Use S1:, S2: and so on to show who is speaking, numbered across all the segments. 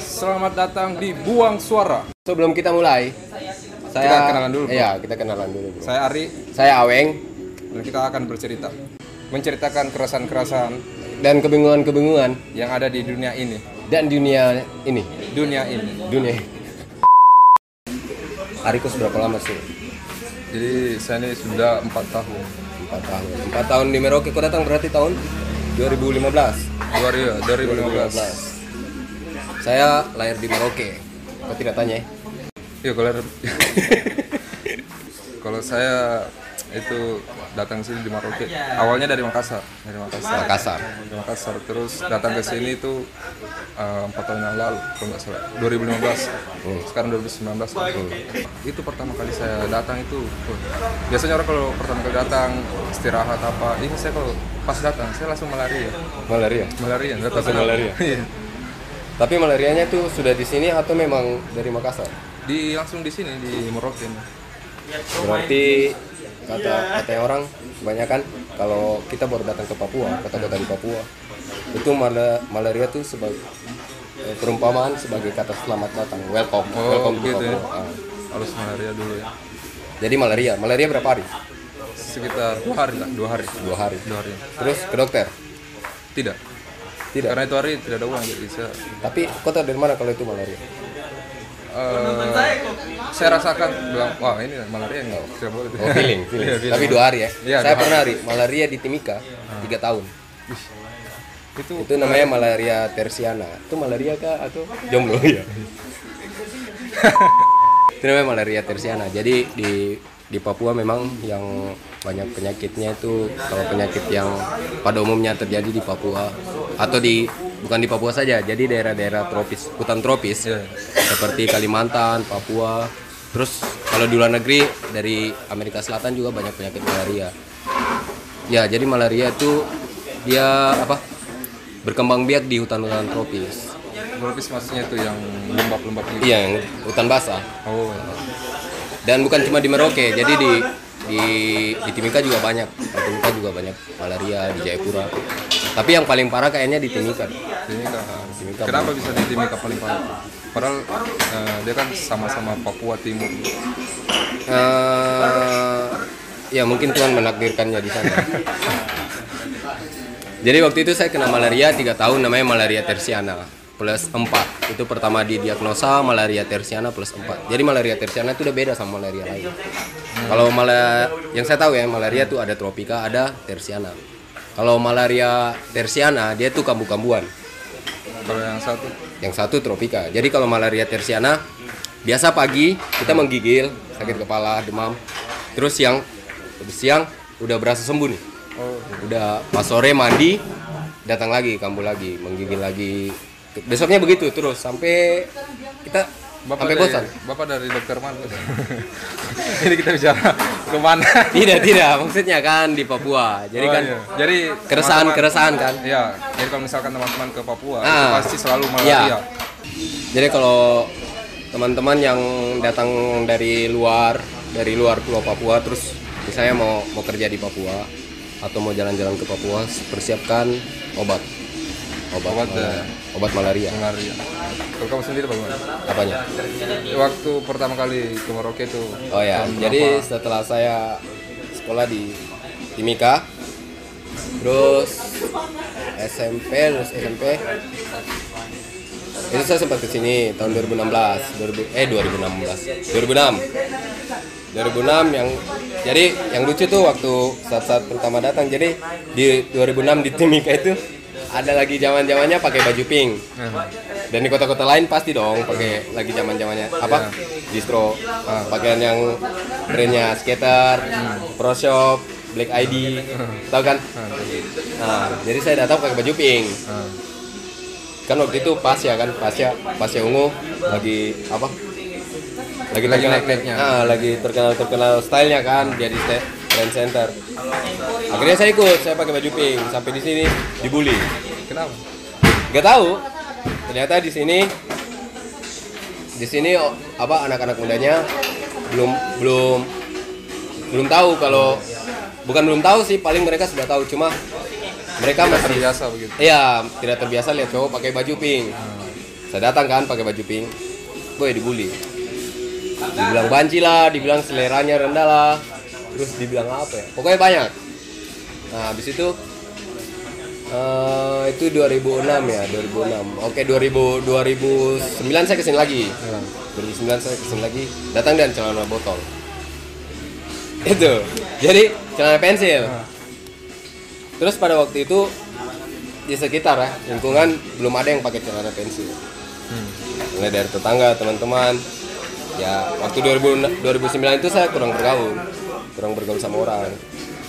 S1: selamat datang di Buang Suara.
S2: Sebelum kita mulai, saya
S1: Kita kenalan dulu, Bro.
S2: Iya, kita kenalan dulu, Bro.
S1: Saya Ari
S2: Saya Aweng
S1: dan kita akan bercerita menceritakan kerasan-kerasan
S2: dan kebingungan-kebingungan
S1: yang ada di dunia ini.
S2: dan dunia ini,
S1: Dunia ini.
S2: dunia. Arikus berapa lama sih?
S1: Jadi saya ini sudah empat tahun.
S2: 4 tahun. 4 tahun di Merauke kau datang berarti tahun 2015.
S1: 2015.
S2: 2015. Saya lahir di Merauke. Kau tidak tanya ya?
S1: Iya kalau kalau saya itu datang sini di Maroke. Awalnya dari Makassar, dari Makassar.
S2: Makassar.
S1: Dari Makassar terus datang ke sini itu eh, empat tahun yang lalu kalau nggak salah 2015. Sekarang 2019. Itu pertama kali saya datang itu. wah. Biasanya orang kalau pertama kali datang istirahat apa, ini saya kalau pas datang saya langsung malaria.
S2: Malaria.
S1: Malaria, nggak tahu
S2: Langsung
S1: kenapa.
S2: malaria.
S1: Iya.
S2: Tapi malarianya tuh sudah di sini atau memang dari Makassar?
S1: di langsung di sini di Merauke. ini.
S2: Berarti
S1: Iya.
S2: kata kata orang kebanyakan kalau kita baru datang ke Papua, kota-kota di Papua itu mala- malaria tuh sebagai eh, perumpamaan sebagai kata selamat datang, welcome,
S1: Oh,
S2: welcome to
S1: gitu ya.
S2: Papua. Ah.
S1: Harus malaria dulu ya.
S2: Jadi malaria, malaria berapa hari?
S1: sekitar dua hari lah dua hari
S2: Dua hari.
S1: dua hari
S2: Terus ke dokter?
S1: tidak
S2: Tidak.
S1: karena itu hari tidak ada uang jadi saya
S2: Tapi kota dari mana kalau itu malaria?
S1: eh, saya rasakan bilang wah ini malaria enggak tidak boleh
S2: Oh, feeling, feeling.
S1: Iya,
S2: Tapi dua hari ya.
S1: Iya, dua
S2: Saya
S1: Ah.
S2: pernah hari malaria di Timika tiga tahun.
S1: itu
S2: Itu namanya malaria tersiana. Itu malaria kah atau jomblo ya? itu namanya malaria tersiana. Jadi di di Papua memang yang banyak penyakitnya itu kalau penyakit yang pada umumnya terjadi di Papua atau di bukan di Papua saja, jadi daerah-daerah tropis, hutan tropis
S1: Iya.
S2: seperti Kalimantan, Papua. Terus kalau di luar negeri dari Amerika Selatan juga banyak penyakit malaria. Ya, jadi malaria itu dia apa? Berkembang biak di hutan-hutan tropis.
S1: tropis maksudnya itu yang lembab-lembab gitu
S2: Iya, yang hutan basah.
S1: oh
S2: dan bukan cuma di Merauke jadi di di di Timika juga banyak di Timika juga banyak malaria di Jayapura tapi yang paling parah kayaknya di Timika
S1: Timika
S2: Timika.
S1: kenapa bisa di Timika paling paling padahal eh, dia kan sama-sama Papua Timur
S2: Eh, ya mungkin Tuhan menakdirkannya di sana jadi waktu itu saya kena malaria tiga tahun namanya malaria tersiana plus 4 itu pertama didiagnosa malaria tersiana plus 4 jadi malaria tersiana itu udah beda sama malaria lain kalau malah yang saya tahu ya malaria tuh ada tropika ada tersiana kalau malaria tersiana dia tuh kambu-kambuan
S1: kalau yang satu
S2: yang satu tropika. Jadi kalau malaria tersiana biasa pagi kita menggigil, sakit kepala, demam. Terus siang siang udah berasa sembuh nih.
S1: oh
S2: Udah pas sore mandi datang lagi kambuh lagi, menggigil lagi. Besoknya begitu terus sampai kita sampai
S1: dari,
S2: bosan.
S1: Bapak dari dokter mana? Jadi kita bicara kemana?
S2: Tidak, tidak. Maksudnya kan di Papua. Jadi
S1: Oh,
S2: kan
S1: iya. jadi teman-teman-
S2: keresahan-keresahan kan.
S1: Iya, jadi kalau misalkan teman-teman ke Papua
S2: Ah.
S1: itu pasti selalu malaria.
S2: Iya. Jadi kalau teman-teman yang datang dari luar, dari luar Pulau Papua, terus misalnya mau mau kerja di Papua atau mau jalan-jalan ke Papua, persiapkan obat, obat,
S1: Obat,
S2: malaria.
S1: eh.
S2: obat malaria.
S1: Malaria. Kalau kamu sendiri bagaimana?
S2: Apanya?
S1: Waktu pertama kali ke Merauke itu
S2: Oh ya,
S1: tahun
S2: jadi
S1: berapa?
S2: setelah saya sekolah di Timika, terus SMP, terus SMP, itu saya sempat kesini tahun 2016, 2000, eh 2016, 2006, 2006 yang jadi yang lucu tuh waktu saat-saat pertama datang, jadi di 2006 di Timika itu ada lagi zaman zamannya pakai baju pink
S1: Eh,
S2: dan di kota-kota lain pasti dong pakai lagi zaman zamannya apa distro ah, pakaian yang trennya skater pro shop black id tau kan nah, jadi saya datang pakai baju pink
S1: eh,
S2: kan waktu itu pas ya kan pas ya pas ya ungu lagi apa
S1: Lagi
S2: lagi terkenal-
S1: naik-naiknya.
S2: ah, lagi terkenal terkenal stylenya kan jadi ste- trend center akhirnya saya ikut saya pakai baju pink sampai di sini dibully
S1: Kenapa?
S2: Gak tahu. Ternyata di sini di sini o- apa anak-anak mudanya belum belum belum tahu kalau bukan belum tahu sih paling mereka sudah tahu cuma
S1: Tidak
S2: mereka masih iya,
S1: terbiasa begitu. Nah,
S2: ya tidak terbiasa lihat cowok pakai baju pink. Saya datang kan pakai baju pink. Boy dibully. Dibilang banci lah, dibilang seleranya rendah lah. Terus dibilang apa ya? Pokoknya banyak. Nah, habis itu eh, itu 2006 ya, 2006. Oke, 2000 2009 saya kesini lagi.
S1: nah.
S2: 2009 saya kesini lagi, datang dan celana botol. Itu. Jadi celana pensil. Terus pada waktu itu di sekitar ya lingkungan belum ada yang pakai celana pensil.
S1: Hmm.
S2: Mulai dari tetangga, teman-teman. Ya, waktu 2000, 2009 itu saya kurang bergaul, kurang bergaul sama orang,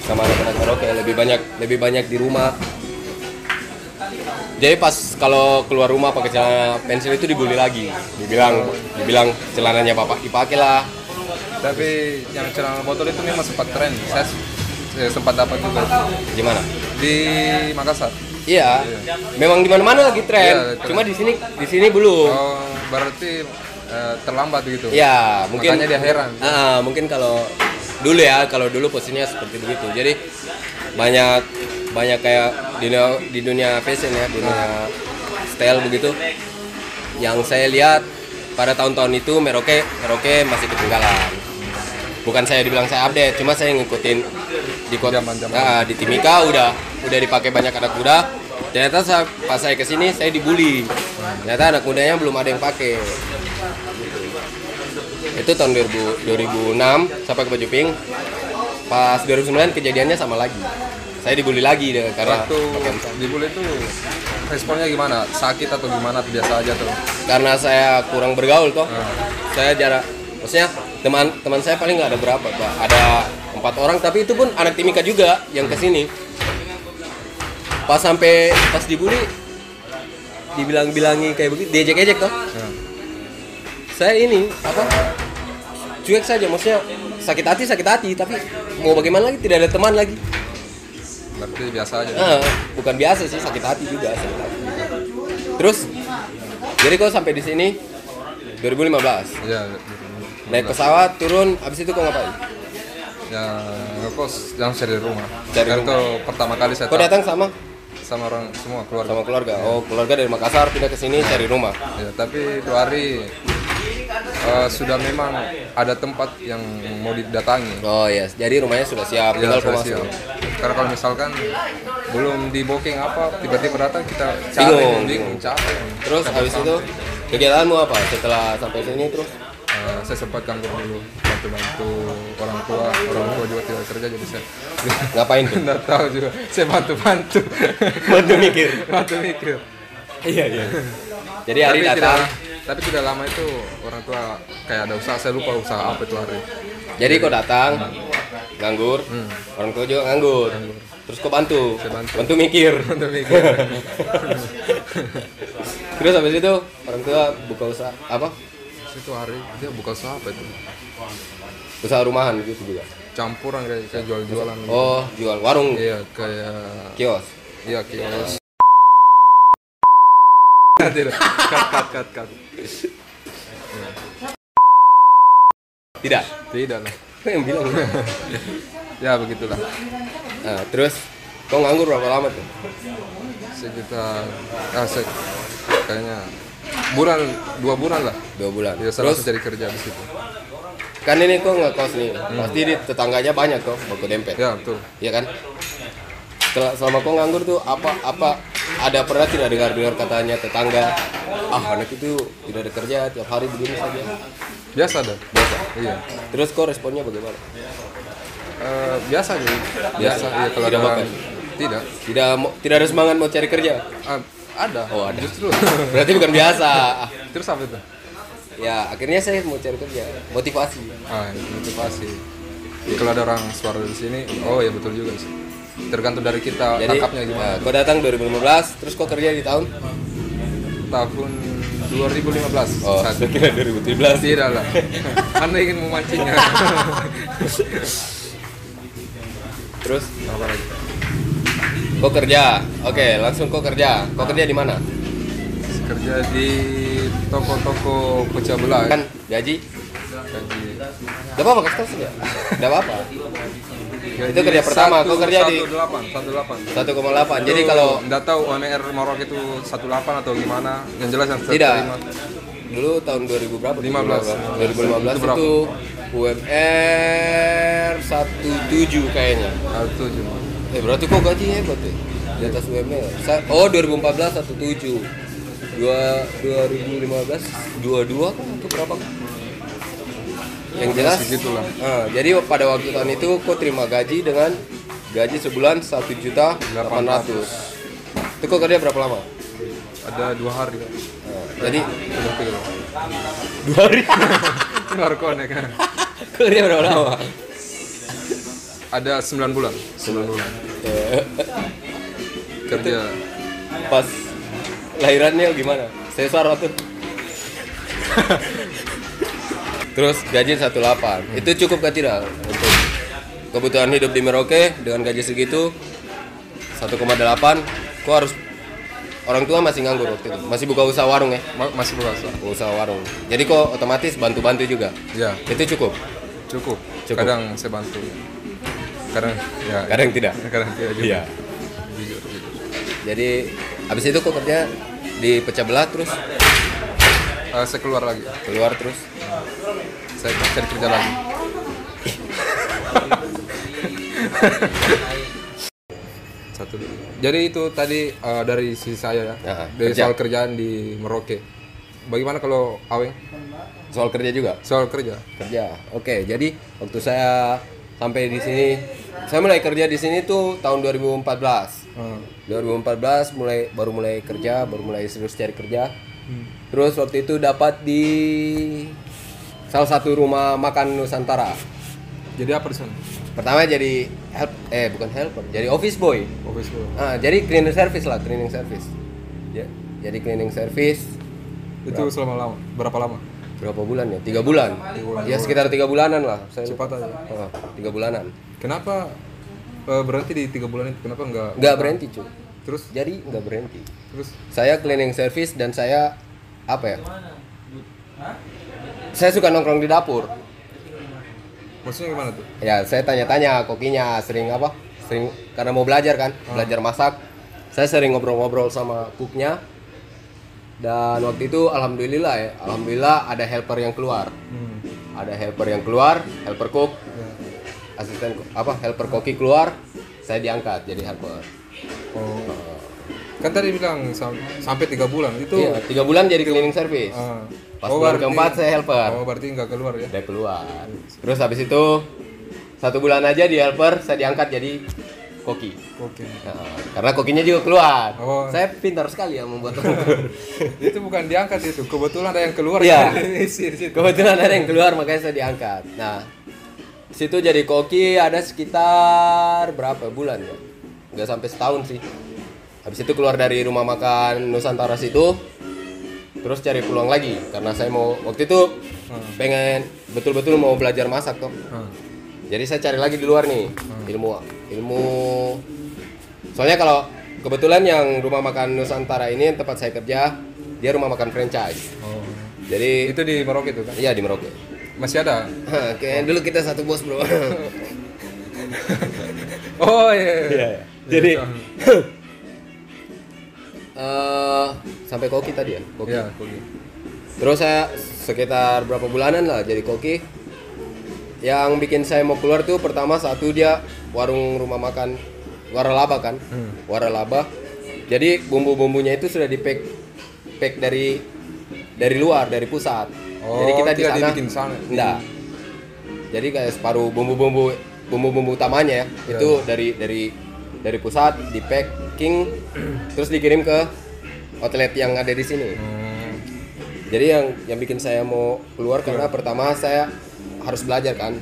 S2: sama anak-anak karaoke lebih banyak lebih banyak di rumah. Jadi pas kalau keluar rumah pakai celana pensil itu dibully lagi, dibilang dibilang celananya bapak dipakai lah.
S1: Tapi yang celana botol itu memang sempat tren. Saya, saya sempat dapat juga
S2: Gimana?
S1: di Makassar.
S2: Iya, memang di mana-mana lagi
S1: Iya,
S2: tren.
S1: tren.
S2: Cuma di sini di sini belum.
S1: Oh, berarti eh, terlambat begitu.
S2: Ya, mungkin
S1: Makanya dia heran.
S2: Ah, mungkin kalau dulu ya, kalau dulu posisinya seperti begitu. Jadi banyak banyak kayak di dunia, di dunia fashion ya, di dunia style begitu. Yang saya lihat pada tahun-tahun itu Merauke Merauke masih ketinggalan. Bukan saya dibilang saya update, cuma saya ngikutin di kota
S1: Zaman-zaman.
S2: Ah, di Timika udah udah dipakai banyak anak muda. Ternyata saya, pas saya kesini saya dibully. Ternyata anak mudanya belum ada yang pakai itu tahun 2000, 2006 sampai ke baju pink pas 2009 kejadiannya sama lagi saya dibully lagi deh, karena
S1: Waktu dibully itu responnya gimana? Sakit atau gimana? Atau Biasa aja tuh.
S2: karena saya kurang bergaul toh saya jarang maksudnya teman teman saya paling nggak ada berapa Pak. ada empat orang tapi itu pun anak timika juga yang kesini pas sampai pas dibully dibilang-bilangi kayak begitu diejek-ejek toh
S1: Ya.
S2: saya ini apa cuek saja maksudnya sakit hati sakit hati tapi mau bagaimana lagi tidak ada teman lagi
S1: Berarti biasa aja.
S2: Eh, bukan biasa sih sakit hati juga sakit hati juga. terus jadi kau sampai di sini 2015
S1: Iya.
S2: naik pesawat turun habis itu kau ngapain
S1: Ya, kok jangan cari rumah.
S2: Cari
S1: Karena itu pertama kali saya
S2: kau
S1: tahu
S2: datang sama
S1: sama orang semua keluarga.
S2: sama keluarga oh keluarga dari Makassar pindah ke sini cari rumah
S1: Ya, tapi dua hari eh, sudah memang ada tempat yang mau didatangi.
S2: oh yes jadi rumahnya sudah siap
S1: Ya,
S2: tinggal
S1: sudah
S2: kau masuk
S1: siap. Karena kalau misalkan belum di booking apa tiba-tiba datang kita cari
S2: Bingung,
S1: bingung, capek.
S2: terus habis itu kegiatanmu apa setelah sampai sini terus
S1: Eh, saya sempat ganggu dulu bantu-bantu orang tua orang tua juga tidak kerja jadi saya
S2: ngapain tuh
S1: nggak tahu juga saya bantu-bantu
S2: bantu mikir
S1: bantu mikir
S2: iya iya jadi hari
S1: tapi tidak
S2: datang
S1: tapi tidak lama itu orang tua kayak ada usaha saya lupa usaha apa itu hari
S2: Jadi kau datang nganggur, orang tua juga nganggur. Terus kau bantu,
S1: bantu.
S2: bantu. mikir.
S1: bantu mikir
S2: Terus habis itu orang tua buka usaha apa?
S1: Terus itu hari dia buka usaha apa itu
S2: Usaha rumahan gitu juga.
S1: campuran kayak, kayak jual-jualan
S2: Oh, jual warung,
S1: iya kayak
S2: kios.
S1: iya kios tidak cut cut cut cut
S2: Tidak.
S1: tidak lah
S2: Kau yang bilang.
S1: ya begitulah
S2: Nah, terus kau nganggur berapa lama tuh?
S1: sekitar ah, se- kayaknya bulan dua bulan lah
S2: Dua bulan.
S1: ya saya
S2: terus
S1: langsung cari kerja di situ
S2: kan ini kau nggak kos nih. Pasti di tetangganya banyak kok, baku dempet.
S1: ya betul
S2: Iya kan? Setelah- selama kau nganggur tuh apa apa ada pernah tidak dengar dengar katanya tetangga ah anak itu tidak ada kerja tiap hari begini saja
S1: biasa dah
S2: biasa
S1: iya
S2: terus kau responnya bagaimana
S1: Eh, biasa aja biasa iya kalau
S2: Tidak
S1: ada
S2: apa-apa.
S1: orang- tidak
S2: tidak mau- tidak ada semangat mau cari kerja
S1: Ah, ada
S2: Oh, ada.
S1: justru
S2: berarti bukan biasa Ah,
S1: terus apa itu
S2: ya akhirnya saya mau cari kerja motivasi
S1: ah motivasi kalau ada orang suara di sini oh ya betul juga sih tergantung dari kita
S2: jadi
S1: tangkapnya gimana
S2: nah, kau datang 2015 terus kau kerja di tahun
S1: tahun 2015
S2: oh
S1: saat- ya,
S2: saya kira 2017
S1: tidak lah anda ingin memancingnya
S2: terus
S1: apa lagi
S2: kau kerja oke langsung kau kerja kau kerja di mana
S1: kerja di toko-toko pecah belah ya.
S2: kan gaji
S1: Gaji-
S2: Gak apa-apa kasih tau saja Gak apa-apa Itu kerja pertama, aku kerja di-
S1: 18, 18.
S2: 1,8. Jadi kalau
S1: nggak tahu ONR Marok itu 18 atau gimana, yang jelas yang
S2: Tidak.
S1: terima.
S2: Dulu tahun 2000 berapa?
S1: 15.
S2: 2015
S1: Itu berapa?
S2: itu UMR 17 kayaknya.
S1: Satu cuma.
S2: Eh berarti kok gaji hebat ya? Di atas UMR. Sa- Oh 2014 17. Dua- 2015 22 kan itu berapa kan? Yang jelas
S1: segitulah.
S2: eh, jadi pada waktu tahun itu kok terima gaji dengan gaji sebulan 1 juta 800. Itu kok kerja berapa lama?
S1: Ada dua hari.
S2: Eh, jadi
S1: Udah kilo.
S2: dua hari.
S1: Ini baru konek kan.
S2: Kuliah berapa lama?
S1: Ada 9 bulan. 9 bulan. Kerja
S2: Pas lahirannya gimana? Sesar atau? Terus gaji 18. Itu cukup gak tidak untuk kebutuhan hidup di Merauke dengan gaji segitu 1,8 ku harus orang tua masih nganggur waktu itu. Masih buka usaha warung ya.
S1: Ma- masih berasa.
S2: Usaha warung. Jadi kok otomatis bantu-bantu juga.
S1: Ya,
S2: Itu cukup.
S1: cukup.
S2: Cukup.
S1: Kadang saya bantu. Kadang ya.
S2: Kadang tidak.
S1: Kadang tidak juga.
S2: Iya.
S1: Jujur, jujur.
S2: Jadi habis itu kok kerja di pecah belah terus
S1: Eh, saya keluar lagi.
S2: keluar terus
S1: Saya cari kerja lagi. Satu dulu. Jadi itu tadi eh, dari sisi saya ya.
S2: Ya,
S1: dari
S2: kerja.
S1: soal kerjaan di Merauke. Bagaimana kalau Aweng?
S2: soal kerja juga
S1: Soal kerja.
S2: kerja oke jadi waktu saya sampai di sini saya mulai kerja di sini tuh tahun 2014
S1: Eh,
S2: 2014 mulai baru mulai kerja baru mulai serius cari kerja
S1: Hmm.
S2: terus waktu itu dapat di salah satu rumah makan Nusantara
S1: jadi apa di sana?
S2: pertama jadi help eh bukan helper jadi office boy
S1: Office boy.
S2: ah jadi cleaning service lah cleaning service ya jadi cleaning service
S1: Itu selama lama? Berapa lama?
S2: berapa bulan ya tiga bulan ya sekitar tiga bulanan lah saya lupa.
S1: Cepat aja.
S2: Ah, tiga bulanan
S1: Kenapa eh, berhenti di tiga bulan itu? Kenapa nggak?
S2: nggak berhenti cuy
S1: Terus,
S2: jadi nggak berhenti
S1: terus
S2: saya cleaning service dan saya apa ya saya suka nongkrong di dapur
S1: maksudnya gimana tuh?
S2: ya saya tanya-tanya kokinya sering apa sering karena mau belajar kan belajar masak saya sering ngobrol-ngobrol sama cooknya dan waktu itu alhamdulillah ya alhamdulillah ada helper yang keluar
S1: Hmm. ya.
S2: ada helper yang keluar helper cook asisten ko- apa helper koki keluar saya diangkat jadi helper
S1: Oh. Kan tadi bilang sam- sampai tiga bulan itu.
S2: Iya, tiga bulan jadi cleaning service
S1: ah.
S2: pas bulan keempat saya helper
S1: Oh berarti nggak keluar ya?
S2: udah keluar terus habis itu satu bulan aja di helper saya diangkat jadi koki
S1: Oke.
S2: Nah, karena kokinya juga keluar
S1: Oh.
S2: saya pintar sekali ya membuat orang.
S1: itu bukan diangkat itu kebetulan ada yang keluar.
S2: Iya.
S1: Isi di situ.
S2: kebetulan ada yang keluar makanya saya diangkat nah di situ jadi koki ada sekitar berapa bulan ya nggak sampai setahun sih habis itu keluar dari rumah makan Nusantara situ terus cari peluang lagi karena saya mau waktu itu pengen betul-betul mau belajar masak tuh
S1: Ah.
S2: jadi saya cari lagi di luar nih ilmu ilmu soalnya kalau kebetulan yang rumah makan Nusantara ini yang tempat saya kerja dia rumah makan franchise
S1: Oh.
S2: jadi
S1: Itu di Merauke itu kan?
S2: Iya di Merauke.
S1: Masih ada.
S2: Kayak dulu kita satu bos bro.
S1: Oh iya. iya.
S2: Iya. Jadi eh sampai koki tadi ya. Koki.
S1: Iya.
S2: Terus saya sekitar berapa bulanan lah jadi koki. Yang bikin saya mau keluar tuh pertama satu dia warung rumah makan waralaba kan,
S1: Hmm.
S2: waralaba. Jadi bumbu-bumbunya itu sudah di pack pack dari dari luar dari pusat.
S1: Oh,
S2: jadi kita di
S1: tidak
S2: sana.
S1: dibikin sana.
S2: Enggak. Jadi kayak separuh bumbu-bumbu bumbu-bumbu utamanya ya.
S1: Iya.
S2: Itu dari dari dari pusat di packing terus dikirim ke outlet yang ada di sini.
S1: Hmm.
S2: Jadi yang yang bikin saya mau keluar karena
S1: Iya.
S2: pertama saya harus belajar kan.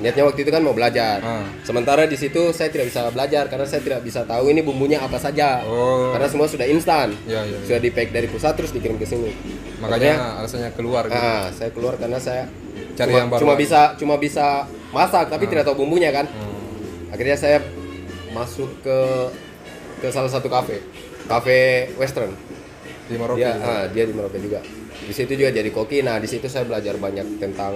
S2: Niatnya waktu itu kan mau belajar.
S1: Ah.
S2: Sementara di situ saya tidak bisa belajar karena saya tidak bisa tahu ini bumbunya apa saja.
S1: Oh.
S2: Karena semua sudah instan.
S1: Iya iya. iya.
S2: Sudah di pack dari pusat terus dikirim ke sini.
S1: Makanya alasannya keluar. Gitu.
S2: Ah, saya keluar karena saya
S1: Cari
S2: cuma,
S1: yang baru
S2: cuma
S1: lagi. Ah.
S2: bisa cuma bisa masak tapi tidak tahu bumbunya kan.
S1: Hmm.
S2: Akhirnya saya masuk ke ke salah satu kafe, kafe western.
S1: Di Merauke.
S2: Dia ah, dia di Merauke juga. Di situ juga jadi koki. Nah, di situ saya belajar banyak tentang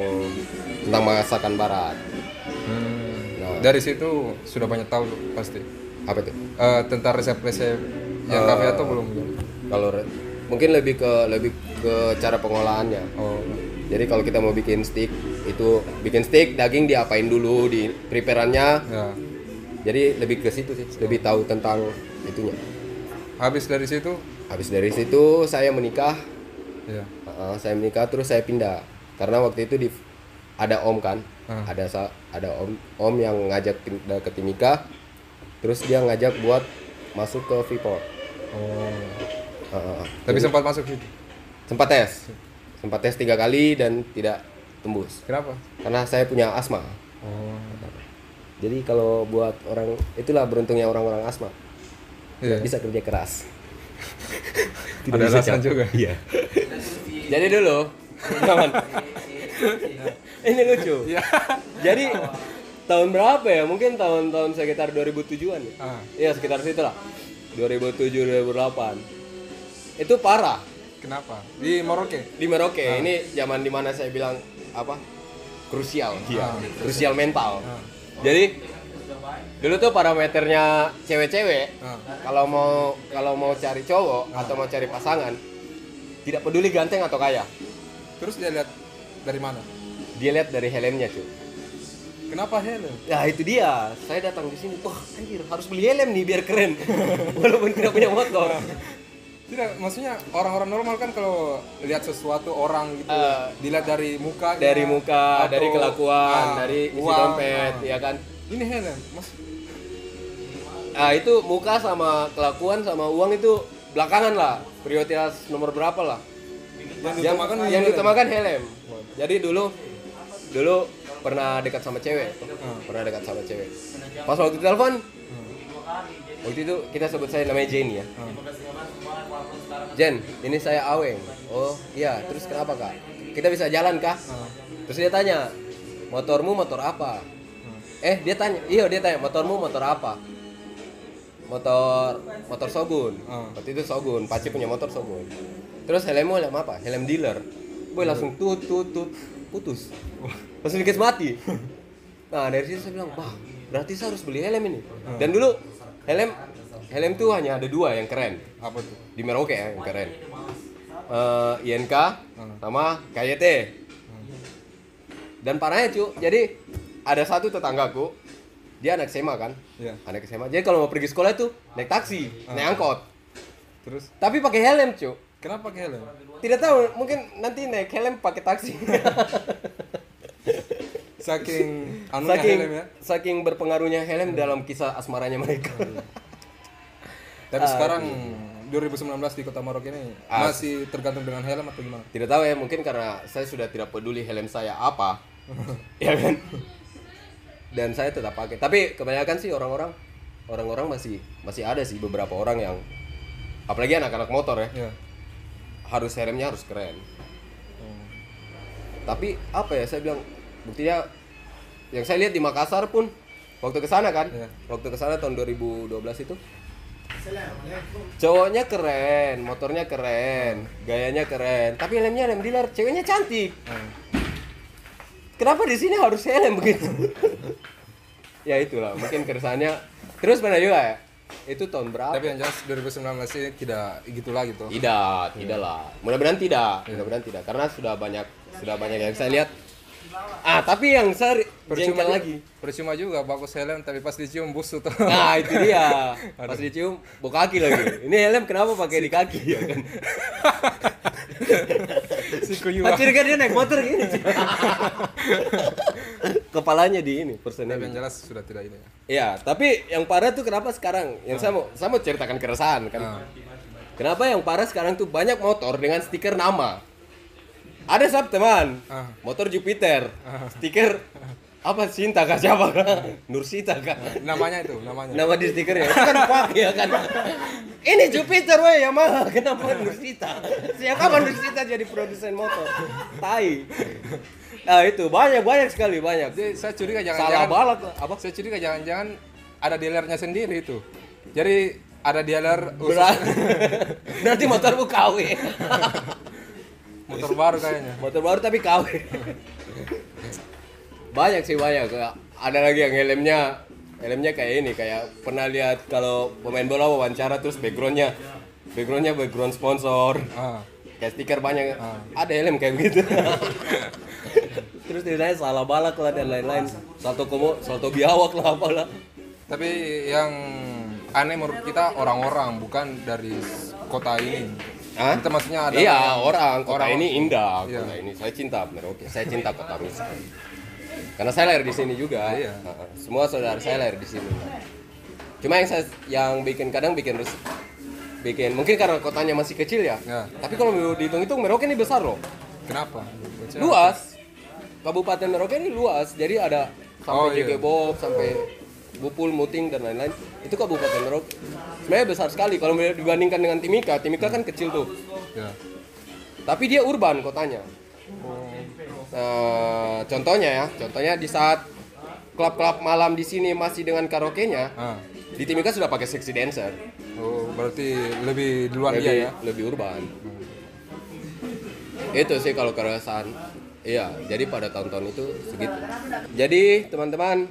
S2: tentang masakan barat.
S1: Hmm.
S2: Nah,
S1: dari situ sudah banyak tahu tuh, pasti
S2: Apa tuh?
S1: Eh, tentang resep-resep
S2: Eh.
S1: yang kafe atau belum belum?
S2: Kalau re- mungkin lebih ke lebih ke cara pengolahannya.
S1: oh
S2: Jadi kalau kita mau bikin steak itu bikin steak daging diapain dulu di preparannya.
S1: ya
S2: Jadi lebih ke situ sih, lebih tahu tentang itunya.
S1: habis dari situ
S2: Habis dari situ saya menikah,
S1: ya
S2: Uh, saya menikah terus saya pindah karena waktu itu di ada om kan,
S1: Hmm.
S2: ada sa- ada om om yang ngajak pindah ke Timika, terus dia ngajak buat masuk ke Freeport.
S1: oh
S2: Uh, uh.
S1: tapi sempat masuk situ
S2: sempat tes, sempat tes tiga kali dan tidak tembus
S1: kenapa
S2: karena saya punya asma.
S1: oh
S2: Jadi kalau buat orang itulah beruntungnya orang-orang asma
S1: iya
S2: bisa kerja keras.
S1: ada
S2: bisa
S1: alasan
S2: cap-
S1: juga
S2: Iya. Jadi dulu, teman. Ini lucu. Jadi tahun berapa ya? Mungkin tahun-tahun sekitar 2007-an ya.
S1: Ah.
S2: Iya, sekitar situ lah. 2007 2008. Itu parah
S1: kenapa di Merauke
S2: di Merauke. Ini zaman dimana saya bilang apa? Krusial.
S1: Iya.
S2: Krusial mental. Jadi dulu tuh parameternya cewek-cewek
S1: Ah.
S2: kalau mau kalau mau cari cowok atau mau cari pasangan tidak peduli ganteng atau kaya.
S1: terus dia lihat dari mana
S2: Dia lihat dari helmnya, cuy.
S1: kenapa Helen
S2: Nah itu dia, saya datang ke sini, wah anjir harus beli helm nih biar keren Walaupun tidak punya motor
S1: tidak maksudnya orang-orang normal kan kalau lihat sesuatu orang gitu
S2: Eh.
S1: dilihat dari muka
S2: Dari muka, dari kelakuan,
S1: Ah.
S2: dari isi dompet, ya kan
S1: ini Helen mas
S2: Nah itu muka sama kelakuan sama uang itu belakangan lah Prioritas nomor berapa lah
S1: yang
S2: Yang,
S1: diutamakan
S2: yang
S1: ini, Helen.
S2: diutamakan helm Jadi dulu, dulu pernah dekat sama cewek
S1: Hmm.
S2: Pernah dekat sama cewek Pas waktu telepon, waktu itu kita sebut saya namanya Jenny ya
S1: Hmm.
S2: Jen, ini saya Aweng. Oh iya, terus kenapa kak? Kita bisa jalan kak?
S1: Ah.
S2: Terus dia tanya, motormu motor apa? Eh dia tanya, iya dia tanya, motormu motor apa? Motor motor Shogun.
S1: Ah.
S2: Waktu itu Shogun, Paci punya motor Shogun. Terus helmmu helm apa? Helm dealer. Boy langsung tut tut tut putus. Langsung dikit mati. Nah dari situ saya bilang, wah berarti saya harus beli helm ini. Dan dulu helm helm tuh hanya ada dua yang keren
S1: apa tuh
S2: di Merauke ya, yang keren. Eh, INK sama KYT. Dan parahnya cu, jadi ada satu tetanggaku, dia anak SMA kan,
S1: Iya.
S2: anak SMA. Jadi kalau mau pergi sekolah itu naik taksi, naik angkot,
S1: terus
S2: tapi pakai helm cu.
S1: kenapa ke Helen
S2: Tidak tahu, mungkin nanti naik helm pakai taksi.
S1: saking anunya
S2: saking
S1: Helen ya
S2: saking berpengaruhnya helm dalam kisah asmaranya mereka.
S1: tapi sekarang 2019 di kota Merauke ini
S2: Ah.
S1: masih tergantung dengan Helen atau gimana
S2: Tidak tahu ya, mungkin karena saya sudah tidak peduli helm saya apa. ya kan? Dan saya tetap pakai. Tapi kebanyakan sih orang-orang orang-orang masih masih ada sih beberapa orang yang apalagi anak-anak motor ya,
S1: ya
S2: harus helmnya harus keren.
S1: Oh.
S2: Tapi apa ya saya bilang buktinya yang saya lihat di Makassar pun waktu ke sana kan,
S1: Iya.
S2: waktu ke sana tahun 2012 itu cowoknya keren, motornya keren, gayanya keren, tapi helmnya helm dealer, ceweknya cantik.
S1: Ah.
S2: Kenapa di sini harus helm begitu? ya itulah, mungkin keresahannya. Terus pernah juga ya? Itu tahun berapa?
S1: tapi yang jelas 2019 ini tidak gitu lagi tuh
S2: Tidak, tidak lah. Mudah-mudahan tidak, mudah-mudahan tidak, karena sudah banyak, sudah banyak yang saya lihat. Ah, tapi yang saya Iya, jengkel
S1: juga-
S2: lagi.
S1: percuma juga bagus helm tapi pas dicium busuk tuh
S2: Nah itu dia. Pas dicium, bau kaki lagi. Ini helm kenapa pakai di kaki ya kan?
S1: si kuyuan.
S2: Pacir kan dia naik motor gini. Kepalanya di ini, persennya.
S1: tapi yang jelas sudah tidak ini ya
S2: Iya, tapi yang parah tuh kenapa sekarang? Yang saya mau, saya mau ceritakan keresahan kan. Kenapa yang parah sekarang tuh banyak motor dengan stiker nama. Ada sab teman,
S1: Ah.
S2: motor Jupiter, stiker apa Sinta kah siapa kah? Nursita kah?
S1: namanya itu namanya
S2: Nama di stiker ya, kan pak ya kan. Ini Jupiter weh Yamaha, kenapa Nursita? Siapa kapan Nursita jadi produsen motor? Tai. Nah itu banyak banyak sekali banyak.
S1: jadi saya curiga
S2: Salah
S1: jangan-jangan
S2: balap apa?
S1: saya curiga jangan-jangan ada dealernya sendiri itu jadi ada dealer khusus
S2: Berat. Berarti motormu KW.
S1: motor baru kayaknya
S2: Motor baru tapi KW. banyak sih banyak. ada lagi yang helmnya helmnya kayak ini kayak pernah lihat kalau pemain bola wawancara terus backgroundnya backgroundnya background sponsor
S1: ah
S2: kayak stiker banyak ada helm kayak begitu terus ditanya salah balak lah dan lain-lain salto komo salto biawak lah apalah
S1: tapi yang aneh menurut kita orang-orang bukan dari kota ini
S2: Hah?
S1: kita maksudnya ada
S2: iya orang kota
S1: orang-
S2: ini indah
S1: Iya.
S2: kota ini saya cinta Merauke saya cinta kota Misol karena saya lahir di sini juga
S1: Iya.
S2: Heeh. semua saudara saya lahir di sini cuma yang saya yang bikin kadang bikin res- bikin mungkin karena kotanya masih kecil ya
S1: Ya.
S2: tapi kalau mau dihitung-hitung Merauke ini besar loh
S1: kenapa Gitu. Iya.
S2: luas Kabupaten Merauke ini luas jadi ada
S1: Oh,
S2: sampai
S1: iya.
S2: Jegebob sampai Bupul, Muting dan lain-lain itu Kabupaten Merauke sebenarnya besar sekali kalau dibandingkan dengan Timika Timika kan kecil tuh
S1: ya
S2: tapi dia urban kotanya.
S1: Oh.
S2: Nah, contohnya ya, contohnya di saat klub-klub malam di sini masih dengan karaoke-nya,
S1: ah.
S2: di Timika sudah pakai sexy dancer.
S1: oh berarti lebih duluan
S2: Lebih
S1: dia ya
S2: lebih urban. Itu sih kalau keresahan. Iya, jadi pada tahun-tahun itu segitu. Jadi teman-teman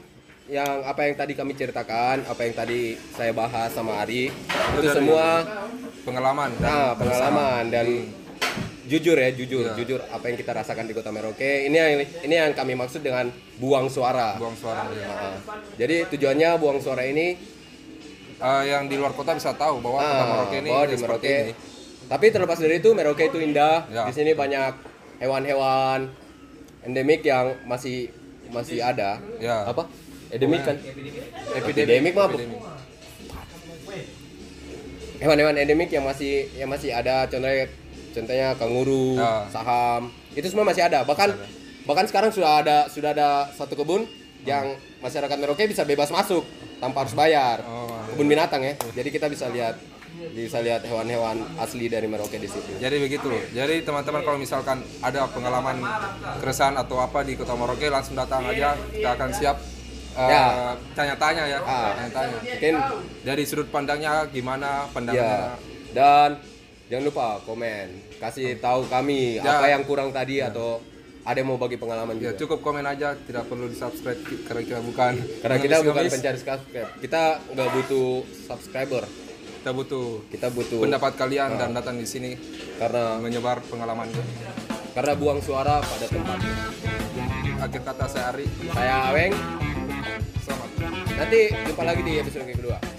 S2: yang apa yang tadi kami ceritakan, apa yang tadi saya bahas sama Ari, itu
S1: dari-
S2: semua
S1: pengalaman
S2: Nah,
S1: dan Hmm. Iya.
S2: pengalaman dan jujur ya, jujur, jujur apa yang kita rasakan di Kota Merauke. Ini yang ini yang kami maksud dengan buang suara.
S1: buang suara ya.
S2: Nah, jadi tujuannya buang suara ini
S1: Eh, yang di luar kota bisa tahu bahwa kota
S2: ah,
S1: Merauke ini
S2: bahwa di
S1: seperti
S2: Merauke.
S1: ini
S2: Tapi terlepas dari itu Merauke itu indah.
S1: Ya.
S2: Di sini banyak hewan-hewan endemik yang masih masih ada.
S1: Ya.
S2: Apa? Endemik kan?
S1: Epidemi.
S2: Epidemik mah bu-
S1: Epidemi.
S2: hewan-hewan endemik yang masih yang masih ada contohnya contohnya kanguru,
S1: Ah.
S2: saham. Itu semua masih ada. Bahkan bahkan sekarang sudah ada sudah ada satu kebun yang masyarakat Merauke bisa bebas masuk tanpa harus bayar.
S1: Oh.
S2: Kebun binatang ya. Jadi kita bisa lihat bisa lihat hewan-hewan asli dari Merauke di situ.
S1: Jadi begitu loh. Jadi teman-teman kalau misalkan ada pengalaman keresahan atau apa di Kota Merauke langsung datang aja. Kita akan siap eh,
S2: Ya.
S1: tanya-tanya ya.
S2: Ah.
S1: Tanya-tanya.
S2: Mungkin
S1: Dari sudut pandangnya gimana
S2: ya.
S1: pandangannya?
S2: Dan jangan lupa komen, kasih tahu kami
S1: Ya.
S2: apa yang kurang tadi atau ada yang mau bagi pengalaman
S1: Ya
S2: juga.
S1: cukup komen aja, tidak perlu di subscribe karena kita bukan
S2: Karena kita bukan
S1: pengemis-pengemis.
S2: pencari subscribe, kita nggak butuh subscriber,
S1: Kita butuh
S2: kita butuh
S1: pendapat kalian dan
S2: Ah.
S1: datang di sini
S2: karena
S1: menyebar pengalaman.
S2: karena buang suara pada tempatnya.
S1: Akhir kata saya Ari,
S2: Saya Aweng,
S1: selamat.
S2: nanti jumpa lagi di episode yang kedua.